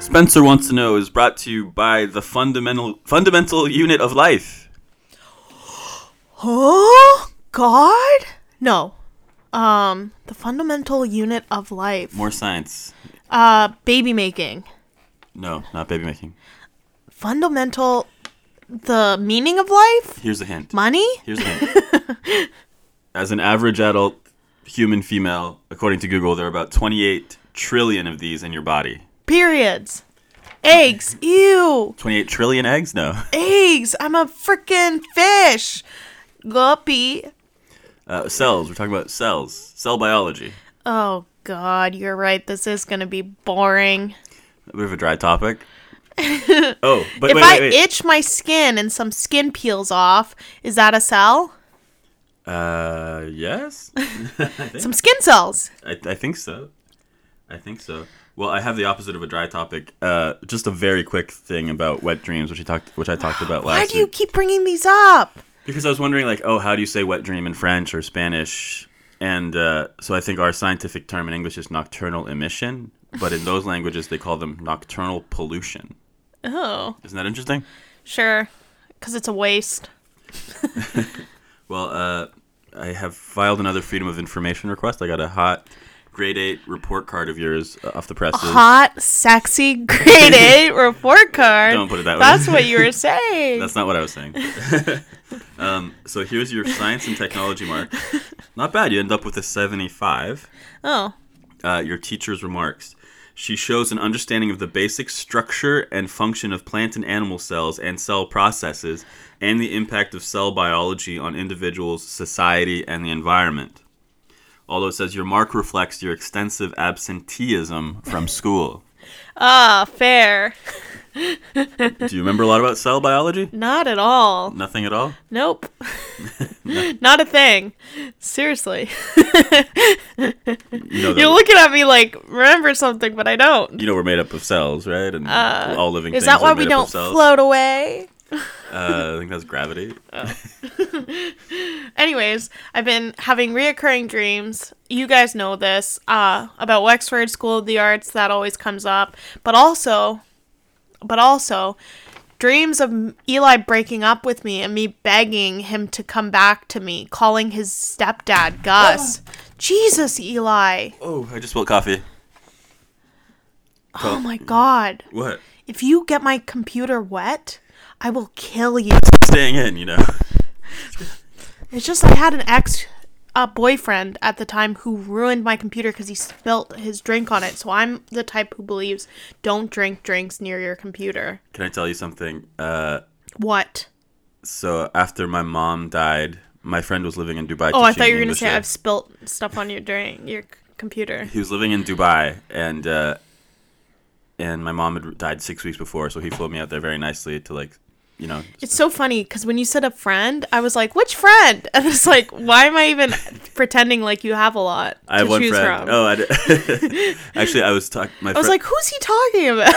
Spencer wants to know is brought to you by the fundamental fundamental unit of life. Oh God, no. Um, the fundamental unit of life. More science. Uh, baby making. No, not baby making. Fundamental. The meaning of life. Here's a hint. Money. Here's a hint. As an average adult human female, according to Google, there are about 28 trillion of these in your body. Periods. Eggs. Ew. 28 trillion eggs? No. Eggs. I'm a freaking fish. Guppy. Uh, cells. We're talking about cells. Cell biology. Oh God, you're right. This is gonna be boring. A bit of a dry topic. oh, but if wait, I wait, wait. itch my skin and some skin peels off, is that a cell? uh, yes? Some skin cells. I, I think so. I think so. Well, I have the opposite of a dry topic. Uh, just a very quick thing about wet dreams, which I talked, which I talked about last Why do you week. keep bringing these up? Because I was wondering, like, oh, how do you say wet dream in French or Spanish? And uh, so I think our scientific term in English is nocturnal emission, but in those languages they call them nocturnal pollution. Oh, Isn't that interesting? sure. Because it's a waste. Well, uh, I have filed another Freedom of Information request. I got a hot grade eight report card of yours uh, off the presses. Hot, sexy, grade eight report card. Don't put it that way. That's what you were saying. That's not what I was saying. um, so here's your science and technology mark. Not bad. You end up with a 75. oh, Uh, your teacher's remarks. She shows an understanding of the basic structure and function of plant and animal cells and cell processes and the impact of cell biology on individuals, society, and the environment. Although it says your mark reflects your extensive absenteeism from school. ah, fair. Do you remember a lot about cell biology? Not at all. Nothing at all? Nope. Not a thing. Seriously. You know that You're we- looking at me like, remember something, but I don't. you know we're made up of cells, right? And all living Uh, Is things that are why we made up don't of cells. float away? Uh, I think that's gravity. Anyways, I've been having reoccurring dreams. You guys know this uh, about Wexford School of the Arts. That always comes up, but also, but also, dreams of Eli breaking up with me and me begging him to come back to me, calling his stepdad Gus. Jesus, Eli! Oh, I just spilled coffee. Oh my God! What? If you get my computer wet, I will kill you. Staying in, you know. It's just I had an ex uh, boyfriend at the time who ruined my computer because he spilt his drink on it. So I'm the type who believes don't drink drinks near your computer. Can I tell you something? Uh, What? so after my mom died, my friend was living in Dubai. Oh, I teaching thought you were gonna English say there. I've spilt stuff on your drink, your c- computer. He was living in Dubai, and uh, and my mom had died six weeks before, so he flew me out there very nicely to like, you know, It's so funny because when you said a friend, I was like, which friend? And it's like, why am I even pretending like you have a lot to I have one choose friend. from? Oh, I d- actually, I was talking. My I was fri- like, who's he talking about?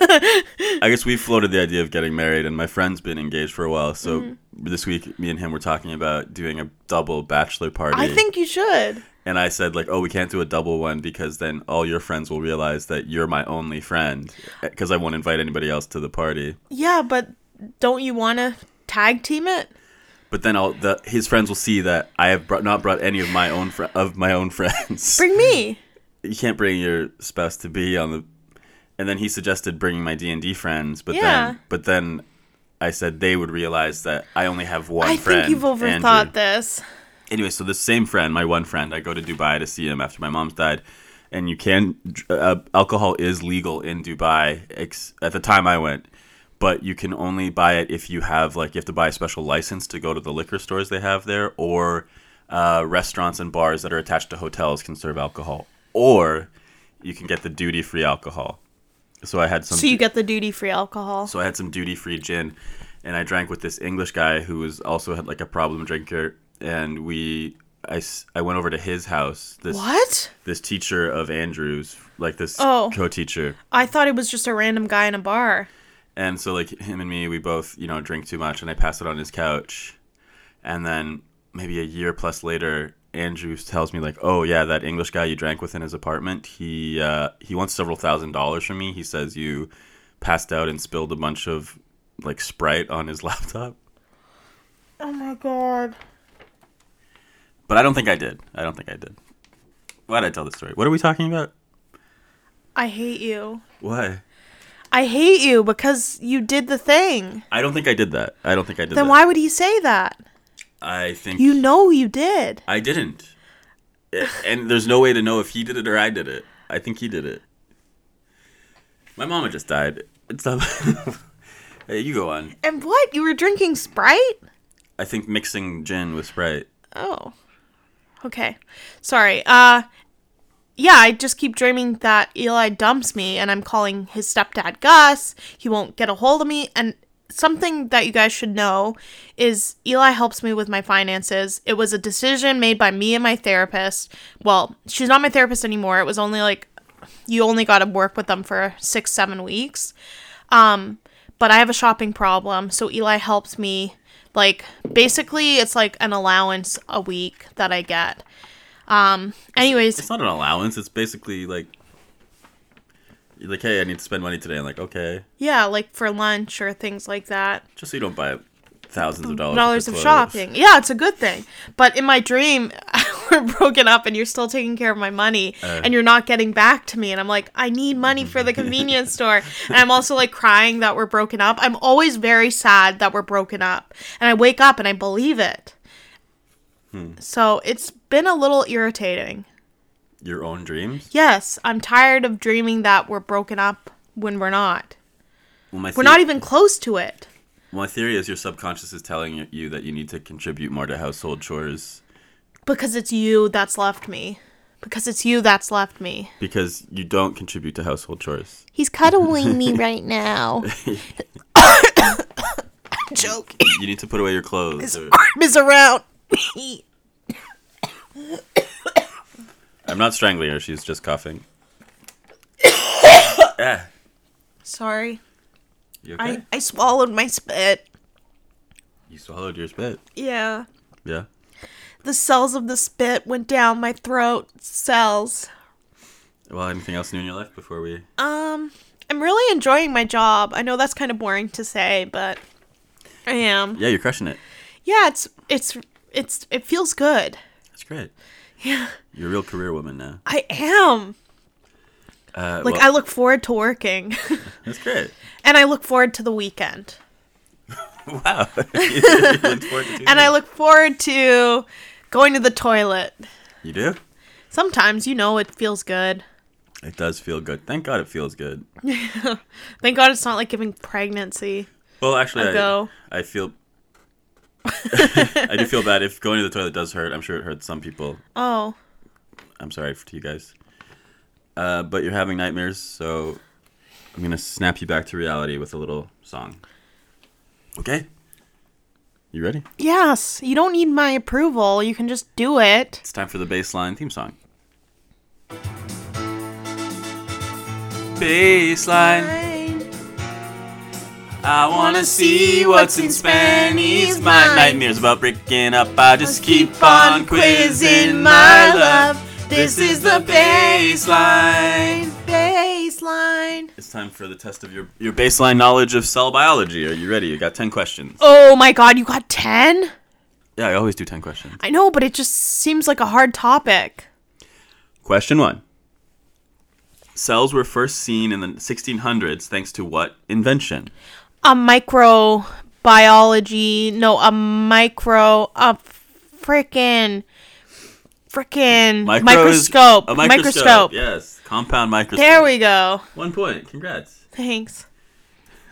I guess we floated the idea of getting married, and my friend's been engaged for a while. So Mm-hmm. this week, me and him were talking about doing a double bachelor party. I think you should. and I said like, "Oh, we can't do a double one because then all your friends will realize that you're my only friend because I won't invite anybody else to the party." Yeah, but don't you want to tag team it? But then all the his friends will see that I have brought, not brought any of my own fr- of my own friends. Bring me. you can't bring your spouse to be on the. And then he suggested bringing my D and D friends, but Yeah. then but then I said they would realize that I only have one I friend. think you've overthought Andrew. this. anyway, so this same friend, my one friend, I go to Dubai to see him after my mom's died, and you can uh, alcohol is legal in Dubai. Ex- at the time I went, but you can only buy it if you have like you have to buy a special license to go to the liquor stores they have there, or uh, restaurants and bars that are attached to hotels can serve alcohol, or you can get the duty free alcohol. So I had some. So you get the duty free alcohol. So I had some duty free gin, and I drank with this English guy who was also had like a problem drinker, and we. I, s- I went over to his house. This What? this teacher of Andrew's, like this Oh. co-teacher, I thought it was just a random guy in a bar. and so like him and me, we both you know drink too much, and I pass it on his couch, and then maybe a year plus later, Andrew tells me like, "Oh yeah, that English guy you drank with in his apartment. He uh, he wants several thousand dollars from me. He says you passed out and spilled a bunch of like Sprite on his laptop." Oh my god. But I don't think I did. I don't think I did. Why did I tell this story? What are we talking about? I hate you. Why? I hate you because you did the thing. I don't think I did that. I don't think I did Then that. why would he say that? I think You know you did. I didn't. A- and there's no way to know if he did it or I did it. I think he did it. My mama just died. It's not. hey, you go on. And what? You were drinking Sprite? I think mixing gin with Sprite. Oh. Okay. Sorry. Uh yeah, I just keep dreaming that Eli dumps me and I'm calling his stepdad Gus. He won't get a hold of me and something that you guys should know is Eli helps me with my finances. It was a decision made by me and my therapist. Well, she's not my therapist anymore. It was only like you only got to work with them for 6-7 weeks. Um, but I have a shopping problem, so Eli helps me. Like basically, it's like an allowance a week that I get. Um, anyways, It's not an allowance. It's basically like, you're like, hey, I need to spend money today. I'm like, okay, yeah, like for lunch or things like that. just so you don't buy thousands of dollars Dollars of worth clothes. shopping. Yeah, it's a good thing. But in my dream, we're broken up, and you're still taking care of my money, Uh. and you're not getting back to me. And I'm like, I need money for the convenience store. And I'm also like crying that we're broken up. I'm always very sad that we're broken up, and I wake up and I believe it. Hmm. So it's been a little irritating. Your own dreams. Yes, I'm tired of dreaming that we're broken up when we're not. Well, my We're the- not e- even close to it. My theory is your subconscious is telling you that you need to contribute more to household chores Because it's you that's left me. Because it's you that's left me. because you don't contribute to household chores. He's cuddling me right now. I'm joking. You need to put away your clothes. or- Arm is around me. I'm not strangling her. She's just coughing. Eh. Sorry. You okay? I, I swallowed my spit. You swallowed your spit. Yeah. Yeah. The cells of the spit went down my throat. Cells. Well, anything else new in your life before we? Um, I'm really enjoying my job. I know that's kind of boring to say, but I am. Yeah, you're crushing it. Yeah, it's it's it's it feels good. That's great. Yeah, You're a real career woman now. I am. Uh, Like well, I look forward to working, that's great. and I look forward to the weekend, Wow. you look forward to doing and I it. look forward to going to the toilet. You do. Sometimes you know it feels good. It does feel good. Thank God it feels good. Thank God it's not like giving pregnancy. Well, actually, I'll I, go. I feel. I do feel bad if going to the toilet does hurt. I'm sure it hurts some people. Oh, I'm sorry to you guys. Uh, but you're having nightmares, so I'm gonna snap you back to reality with a little song. Okay. You ready? yes. You don't need my approval. You can just do it. It's time for the baseline theme song. Baseline. I wanna see what's in Spanish. My nightmares about breaking up. I just keep on quizzing my love. This is the baseline. Baseline. It's time for the test of your your baseline knowledge of cell biology. Are you ready? You got ten questions. Oh my God, you got ten. Yeah, I always do ten questions. I know, but it just seems like a hard topic. Question one. Cells were first seen in the 1600s thanks to what invention? a microbiology no a micro a frickin' frickin' Micro is- microscope A microscope. microscope, Yes, compound microscope. there we go One point. Congrats. thanks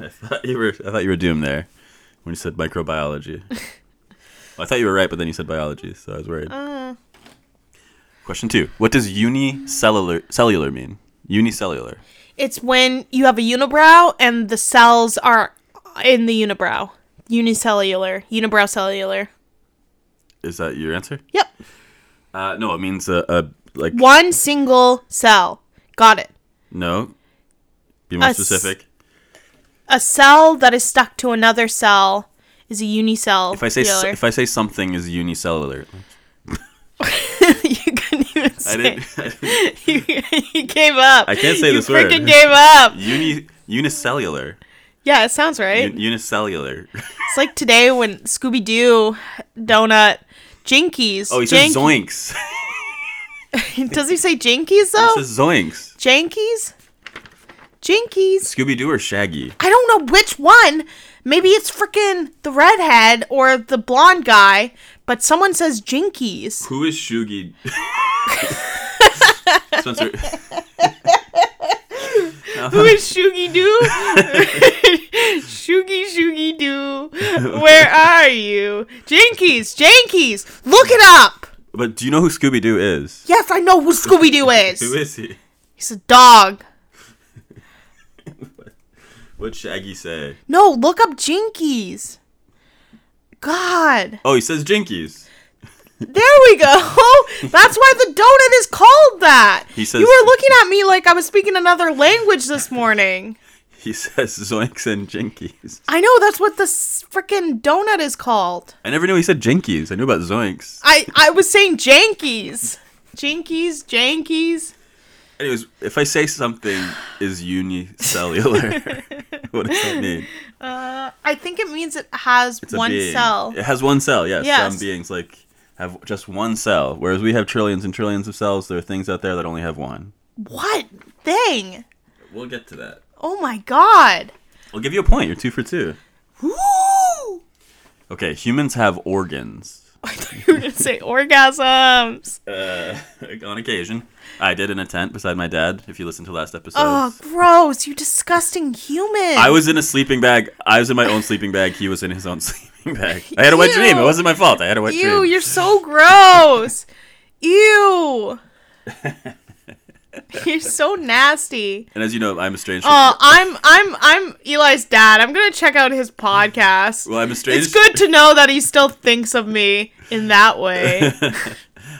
I thought you were. I thought you were doomed there when you said microbiology. Well, I thought you were right, but then you said biology, so I was worried. Uh. Question two: What does unicellular cellular mean? Unicellular. it's when you have a unibrow and the cells are in the unibrow unicellular unibrow cellular Is that your answer? yep Uh, no, it means a, a like one single cell got it no. Be more A s- specific. a cell that is stuck to another cell is a unicellular If I say s if I say something is unicellular, you couldn't even say. I didn't. I, didn't- you, you gave up. I can't say you this word. freaking gave up. Uni, unicellular. Yeah, it sounds right. Un- unicellular. It's like today when Scooby Doo, Donut, Jinkies. Oh, he says zoinks. Jank- Does he say Jinkies he though? says zoinks. Jankies? Jinkies? Scooby Doo or Shaggy? I don't know which one. Maybe it's freaking the redhead or the blonde guy, but someone says Jinkies. Who is Shoogie? Spencer. Who is Shoogie Doo? Shoogie Shoogie Doo. Where are you? Jinkies, Jankies. Look it up. But do you know who Scooby Doo is? Yes, I know who Scooby Doo Who is. is he? He's a dog. What'd Shaggy say? No, look up Jinkies. God. Oh, he says Jinkies. There we go. That's why the donut is called that. He says- you were looking at me like I was speaking another language this morning. He says zoinks and jinkies. I know that's what this freaking donut is called. I never knew he said jinkies. I knew about zoinks. I I was saying jankies. Jinkies, jankies. Anyways, if I say something is unicellular, what does that mean? I think it means it has It's a one being. cell. It has one cell. Yes. Some Yes. beings like have just one cell, whereas we have trillions and trillions of cells. There are things out there that only have one. What thing? We'll get to that. Oh my god. I'll give you a point. You're two for two. Woo! Okay, humans have organs. I thought you were gonna say orgasms. Uh, on occasion, I did in a tent beside my dad. If you listen to last episode, Oh, gross! You disgusting human. I was in a sleeping bag. I was in my own sleeping bag. He was in his own sleeping bag. I had a wet Ew. dream. It wasn't my fault. I had a wet Ew, dream. you're so gross. Ew. you're so nasty. And as you know, I'm estranged. From, Oh, I'm I'm I'm Eli's dad. I'm gonna check out his podcast. well, I'm estranged. It's good to know that he still thinks of me in that way.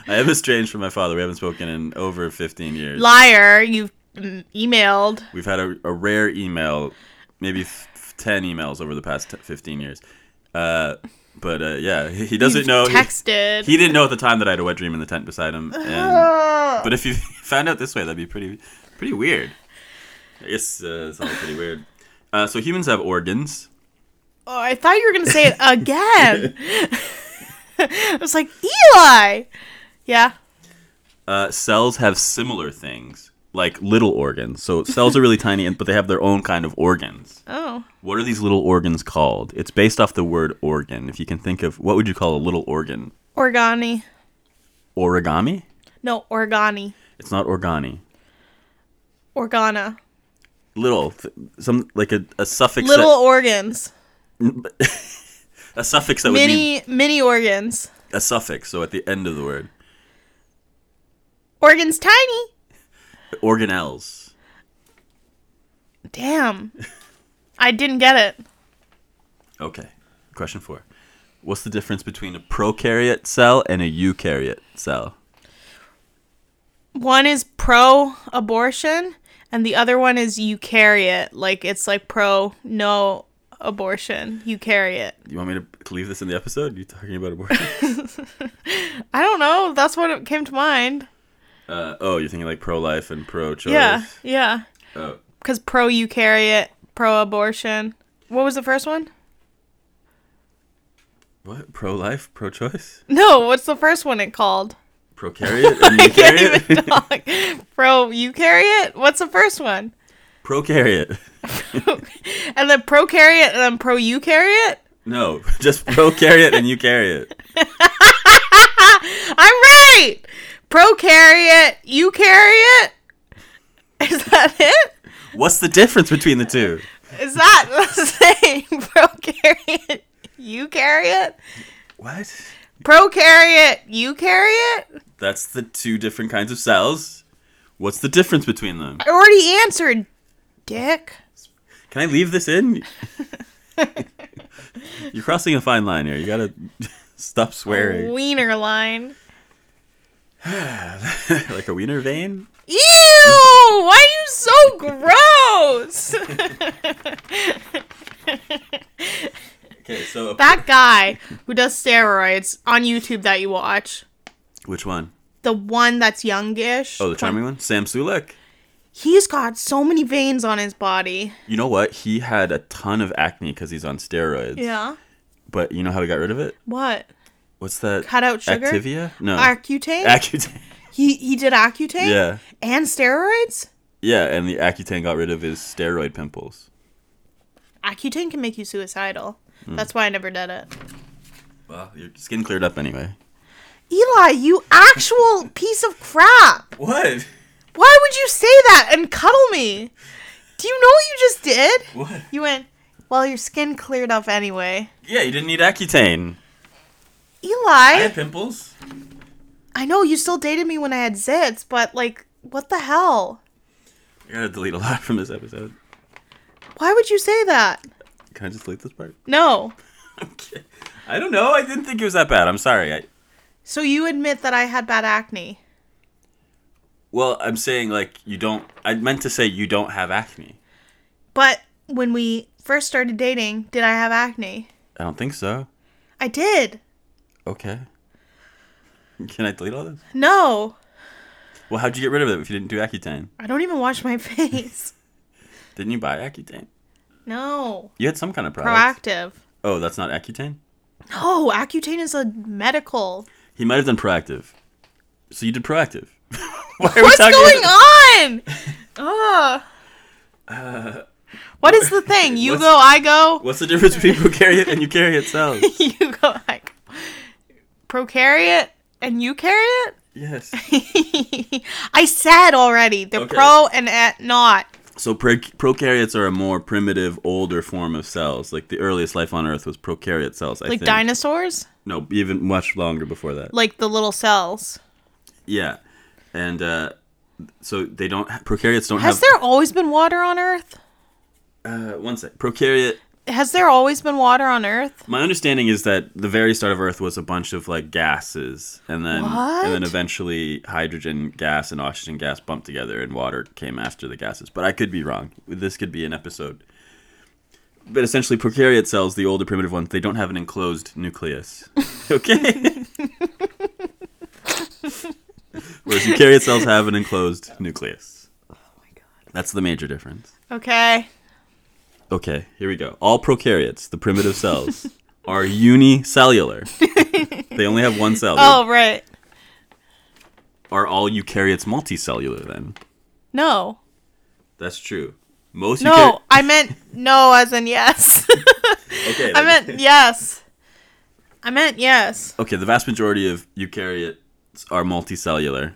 I am estranged from my father. We haven't spoken in over 15 years. Liar, you've mm, emailed. We've had a, a rare email, maybe f- f- 10 emails over the past t- 15 years. Uh, but uh, yeah, he, he doesn't you've know. He, Texted. he didn't know at the time that I had a wet dream in the tent beside him. Uh-huh. And But if you found out this way, that'd be pretty, pretty weird. I guess uh, it's all pretty weird. Uh, so humans have organs. Oh, I thought you were gonna say it again. I was like, Eli. Yeah. Uh, cells have similar things, like little organs. So cells are really tiny, and but they have their own kind of organs. Oh. What are these little organs called? It's based off the word organ. If you can think of what would you call a little organ? Organi. Origami? No, organi. It's not organi. Organa. Little, th- some like a, a suffix. Little organs. That, a suffix that would mean Mini mini organs. a suffix. So at the end of the word, Organs tiny. organelles. Damn. I didn't get it. Okay. Question four. What's the difference between a prokaryote cell and a eukaryote cell? One is pro abortion and the other one is you carry it. Like it's like pro no abortion. You carry it. You want me to leave this in the episode? You talking about abortion? I don't know. That's what came to mind. uh, oh, you're thinking like pro-life and pro-choice. Yeah. Yeah. Oh, Because pro you carry it, pro abortion. What was the first one? what? Pro-life, pro-choice, No, what's the first one it called? prokaryote, and I can't even eukaryote. talk. Pro you carry it? What's the first one? prokaryote. and then pro carry it and then pro you carry it? No, just prokaryote and eukaryote. I'm right! Pro carry it, you carry it? Is that it? What's the difference between the two? Is that the same? Pro carry it, you carry it? What? Pro carry it, you carry it? That's the two different kinds of cells. What's the difference between them? I already answered, dick. Can I leave this in? You're crossing a fine line here. You gotta stop swearing. Wiener line. Oh. like a wiener vein? Ew! Why are you so gross? Okay, so. that guy who does steroids on YouTube that you watch, Which one? the one that's youngish. Oh, the charming one, Sam Sulek. He's got so many veins on his body. You know what? He had a ton of acne because he's on steroids. Yeah. But you know how he got rid of it? What? What's that? Cut out sugar? Activia? No. Accutane? Accutane. he he did Accutane? Yeah. And steroids? Yeah, and the Accutane got rid of his steroid pimples. Accutane can make you suicidal. Hmm. That's why I never did it. Well, your skin cleared up anyway. Eli, you actual piece of crap. What? Why would you say that and cuddle me? Do you know what you just did? What? You went, well, your skin cleared up anyway. Yeah, you didn't need Accutane. I Eli, had pimples. I know you still dated me when I had zits, but like, what the hell? I gotta delete a lot from this episode. Why would you say that? Can I just delete this part? No. Okay. I don't know. I didn't think it was that bad. I'm sorry. I, So you admit that I had bad acne. well, I'm saying like you don't. I meant to say you don't have acne. But when we first started dating, did I have acne? I don't think so. I did. Okay. Can I delete all this? No. Well, how'd you get rid of it if you didn't do Accutane? I don't even wash my face. Didn't you buy Accutane? No. You had some kind of product. Proactive. Oh, that's not Accutane. No, Accutane is a medical. He might have done proactive. So you did proactive. Why are we What's talking- Ah. going on? Ugh. what is the thing? You what's- go, I go. What's the difference between prokaryote and eukaryote cells? you go, I go. Prokaryote and eukaryote? Yes. I said already. They're Okay. pro and at not. So pro- prokaryotes are a more primitive, older form of cells. Like the earliest life on Earth was prokaryote cells. I Like think. dinosaurs? No, even much longer before that. Like the little cells. Yeah, and uh, so they don't. Prokaryotes don't Has have. there always been water on Earth? uh, one sec. Prokaryote. Has there always been water on Earth? My understanding is that the very start of Earth was a bunch of like gases, and then and then What? eventually hydrogen gas and oxygen gas bumped together, and water came after the gases. But I could be wrong. This could be an episode. But essentially, prokaryote cells, the older primitive ones, they don't have an enclosed nucleus. Okay. Whereas eukaryote cells have an enclosed nucleus. That's the major difference. Okay. Okay, here we go. All prokaryotes, the primitive cells, are unicellular. they only have one cell. Oh, right. Are all eukaryotes multicellular then? No. That's true. Most No, I meant no as in yes. eukaryotes. Okay, I then- meant yes. I meant yes. Okay, the vast majority of eukaryotes are multicellular.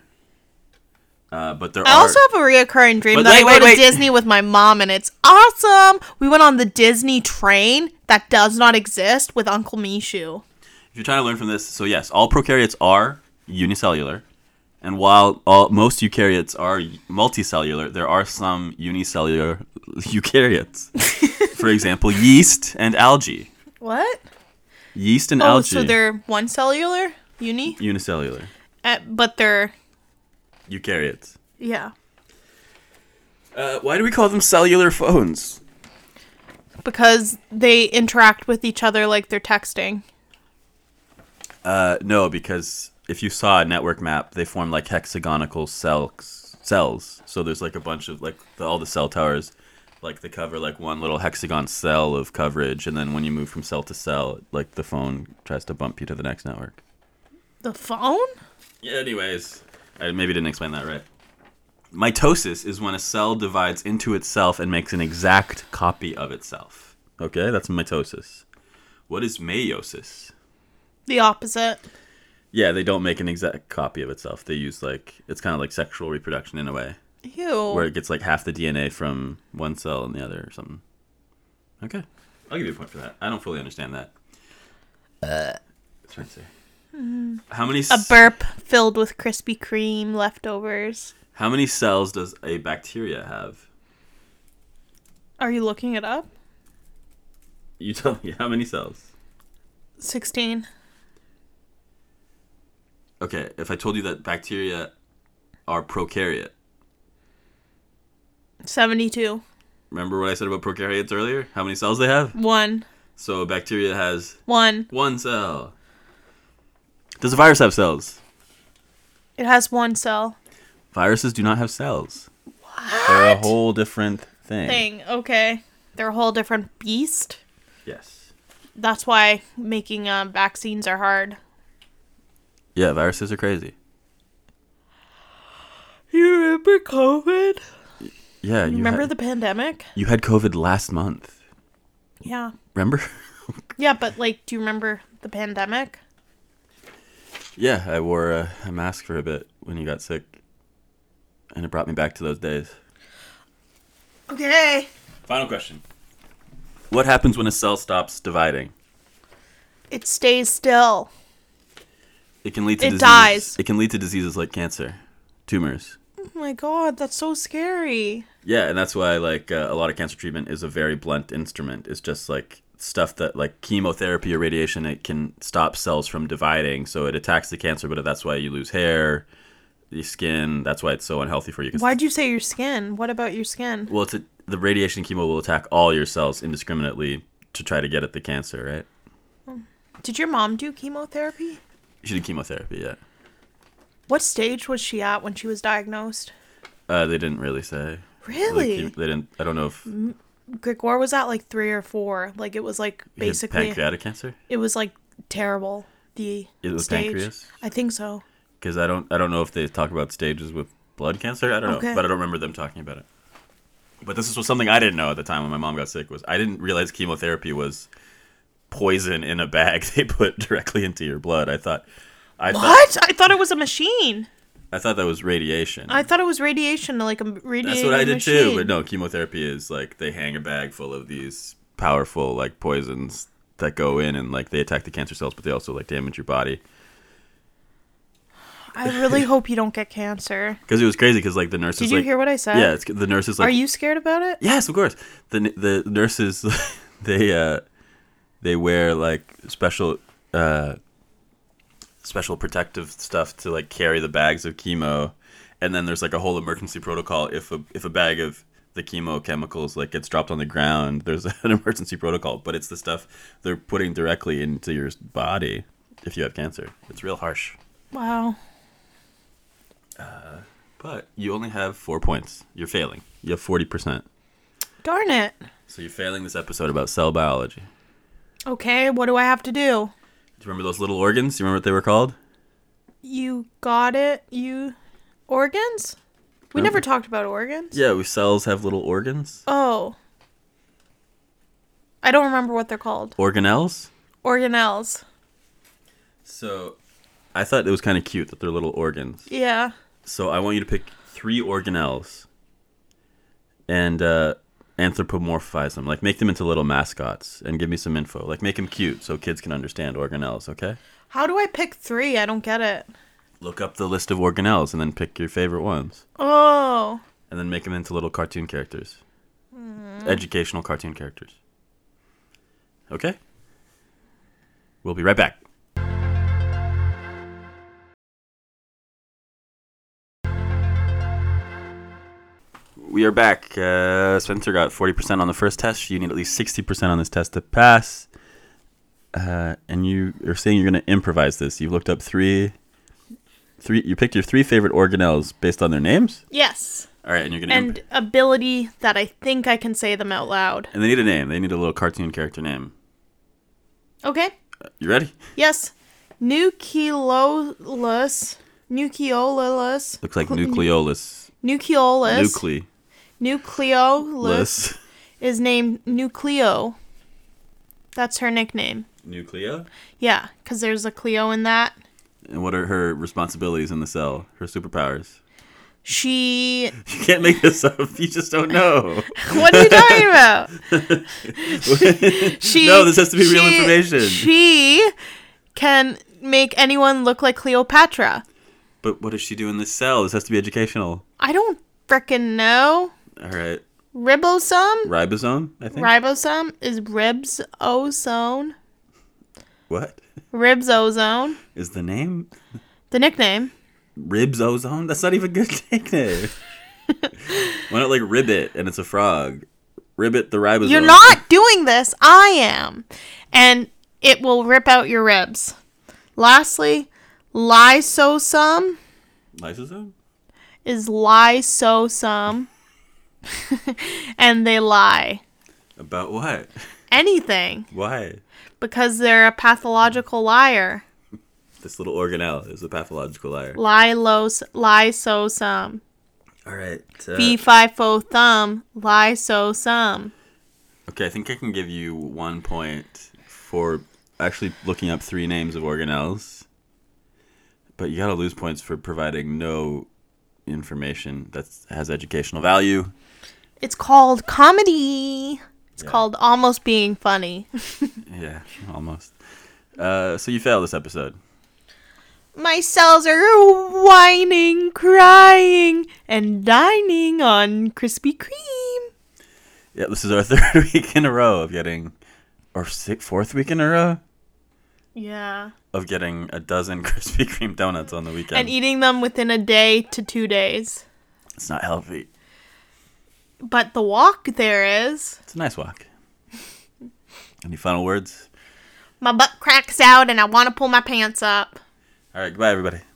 Uh, but there I are. also have a reoccurring dream But that wait, I go wait, to wait. Disney with my mom, and it's awesome. We went on the Disney train that does not exist with Uncle Mishu. if you're trying to learn from this, so yes, all prokaryotes are unicellular, and while all most eukaryotes are multicellular, there are some unicellular eukaryotes. For example, yeast and algae. What? Yeast and Oh, algae. so they're one cellular uni, unicellular uh, but they're eukaryotes. yeah Uh, why do we call them cellular phones? because they interact with each other like they're texting. Uh, no, because if you saw a network map, they form like hexagonal cells. Cells. So there's like a bunch of like the, all the cell towers, like they cover like one little hexagon cell of coverage, and then when you move from cell to cell, like the phone tries to bump you to the next network. The phone? Yeah, anyways, I maybe didn't explain that right. Mitosis is when a cell divides into itself and makes an exact copy of itself. Okay, that's mitosis. What is meiosis? The opposite. Yeah, they don't make an exact copy of itself. They use like it's kind of like sexual reproduction in a way, Ew. where it gets like half the DNA from one cell and the other or something. Okay, I'll give you a point for that. I don't fully understand that. That's right, sir. How many A s- burp filled with Krispy Kreme leftovers. how many cells does a bacteria have? Are you looking it up? You tell me how many cells. 16. Okay, if I told you that bacteria are prokaryote, 72. remember what I said about prokaryotes earlier? How many cells they have? 1. So a bacteria has 1. One cell. Does a virus have cells? It has one cell Viruses do not have cells. They're a whole different thing. thing. Okay. They're a whole different beast. Yes. That's why making um, vaccines are hard. Yeah, viruses are crazy. You remember COVID? Yeah, you remember had, the pandemic? you had COVID last month. Yeah. Remember? Yeah, but like, do you remember the pandemic? yeah, I wore a, a mask for a bit when you got sick, and it brought me back to those days. Okay. Final question: What happens when a cell stops dividing? It stays still. It can lead to It diseases. dies. It can lead to diseases like cancer, tumors. Oh my god, that's so scary. Yeah, and that's why like uh, a lot of cancer treatment is a very blunt instrument. It's just like stuff that like chemotherapy or radiation it can stop cells from dividing, so it attacks the cancer, but that's why you lose hair, your skin. That's why it's so unhealthy for you. 'cause- Why'd you say your skin? What about your skin? Well, it's a, the radiation chemo will attack all your cells indiscriminately to try to get at the cancer, right? Did your mom do chemotherapy? She did chemotherapy, yeah. What stage was she at when she was diagnosed? Uh, they didn't really say. Really? Like, they didn't. I don't know if he had Grigor was at like three or four. Like it was like basically, pancreatic cancer. it was like terrible. The It was stage. pancreas? I think so. because I don't I don't know if they talk about stages with blood cancer. I don't Okay. know, but I don't remember them talking about it. But this was something I didn't know at the time when my mom got sick was I didn't realize chemotherapy was poison in a bag they put directly into your blood. I thought I thought What? I thought it was a machine. I thought that was radiation. I thought it was radiation, like a radiation. That's what I did machine. too. But no, chemotherapy is like they hang a bag full of these powerful like poisons that go in and like they attack the cancer cells, but they also like damage your body. I really hope you don't get cancer. Because it was crazy. Because like the nurses. Did you like- hear what I said? Yeah, it's, the nurses like Are you scared about it? Yes, of course. The the nurses they uh they wear like special uh special protective stuff to like carry the bags of chemo and then there's like a whole emergency protocol if a if a bag of the chemo chemicals like gets dropped on the ground there's an emergency protocol but it's the stuff they're putting directly into your body if you have cancer it's real harsh Wow. but you only have 4 points you're failing you have 40% Darn it. so you're failing this episode about cell biology Okay, what do I have to do? Do you remember those little organs? Do you remember what they were called? You got it. You organs? We never talked about organs. Yeah, we cells have little organs. Oh. I don't remember what they're called. Organelles? Organelles. So I thought it was kind of cute that they're little organs. Yeah. So I want you to pick three organelles and uh, anthropomorphize them. Like make them into little mascots and give me some info. Like make them cute so kids can understand organelles, okay? How do I pick three? I don't get it. Look up the list of organelles and then pick your favorite ones. Oh. And then make them into little cartoon characters. Educational cartoon characters. Okay? We'll be right back. We are back. Uh, Spencer got 40% on the first test. You need at least 60% on this test to pass. Uh, and you are saying you're going to improvise this. You've looked up three, three. You picked your three favorite organelles based on their names. Yes. All right, and you're going to And ability that I think I can say them out loud. And they need a name. They need a little cartoon character name. Okay. You ready? Yes. Nucleolus. Nucleolus. Looks like nucleolus. Nucleolus. Nucleolus. Nucleolus is named Nucleo. That's her nickname. Nuclea. Yeah, because there's a Cleo in that. And what are her responsibilities in the cell? Her superpowers. She. You can't make this up. You just don't know. What are you talking about? she. No, this has to be real she- information. She can make anyone look like Cleopatra. But what does she do in this cell? This has to be educational. I don't frickin' know. All right. Ribosome? Ribosome, I think. Ribosome is ribs ozone. what Ribs ozone. is the name? The nickname. Ribs ozone. That's not even a good nickname. Why not like ribbit and it's a frog? Ribbit the ribosome. You're not doing this. I am. And it will rip out your ribs. Lastly, lysosome Lysosome? is lysosome, and they lie. About what? Anything Why? because they're a pathological liar. This little organelle is a pathological liar. Lie los lysosome. All right. uh, Fee fi fo thumb lysosome. okay, I think I can give you one point for actually looking up three names of organelles. But you gotta lose points for providing no information that has educational value. It's called comedy. It's Yeah. called almost being funny. Yeah, almost. Uh, so you failed this episode. My cells are whining, crying, and dining on Krispy Kreme. Yeah, this is our third week in a row of getting, or six, fourth week in a row Yeah. of getting a dozen Krispy Kreme donuts on the weekend. And e- eating them within a day to two days. it's not healthy. But the walk there is. It's a nice walk. Any final words? My butt cracks out and I want to pull my pants up. All right, goodbye, everybody.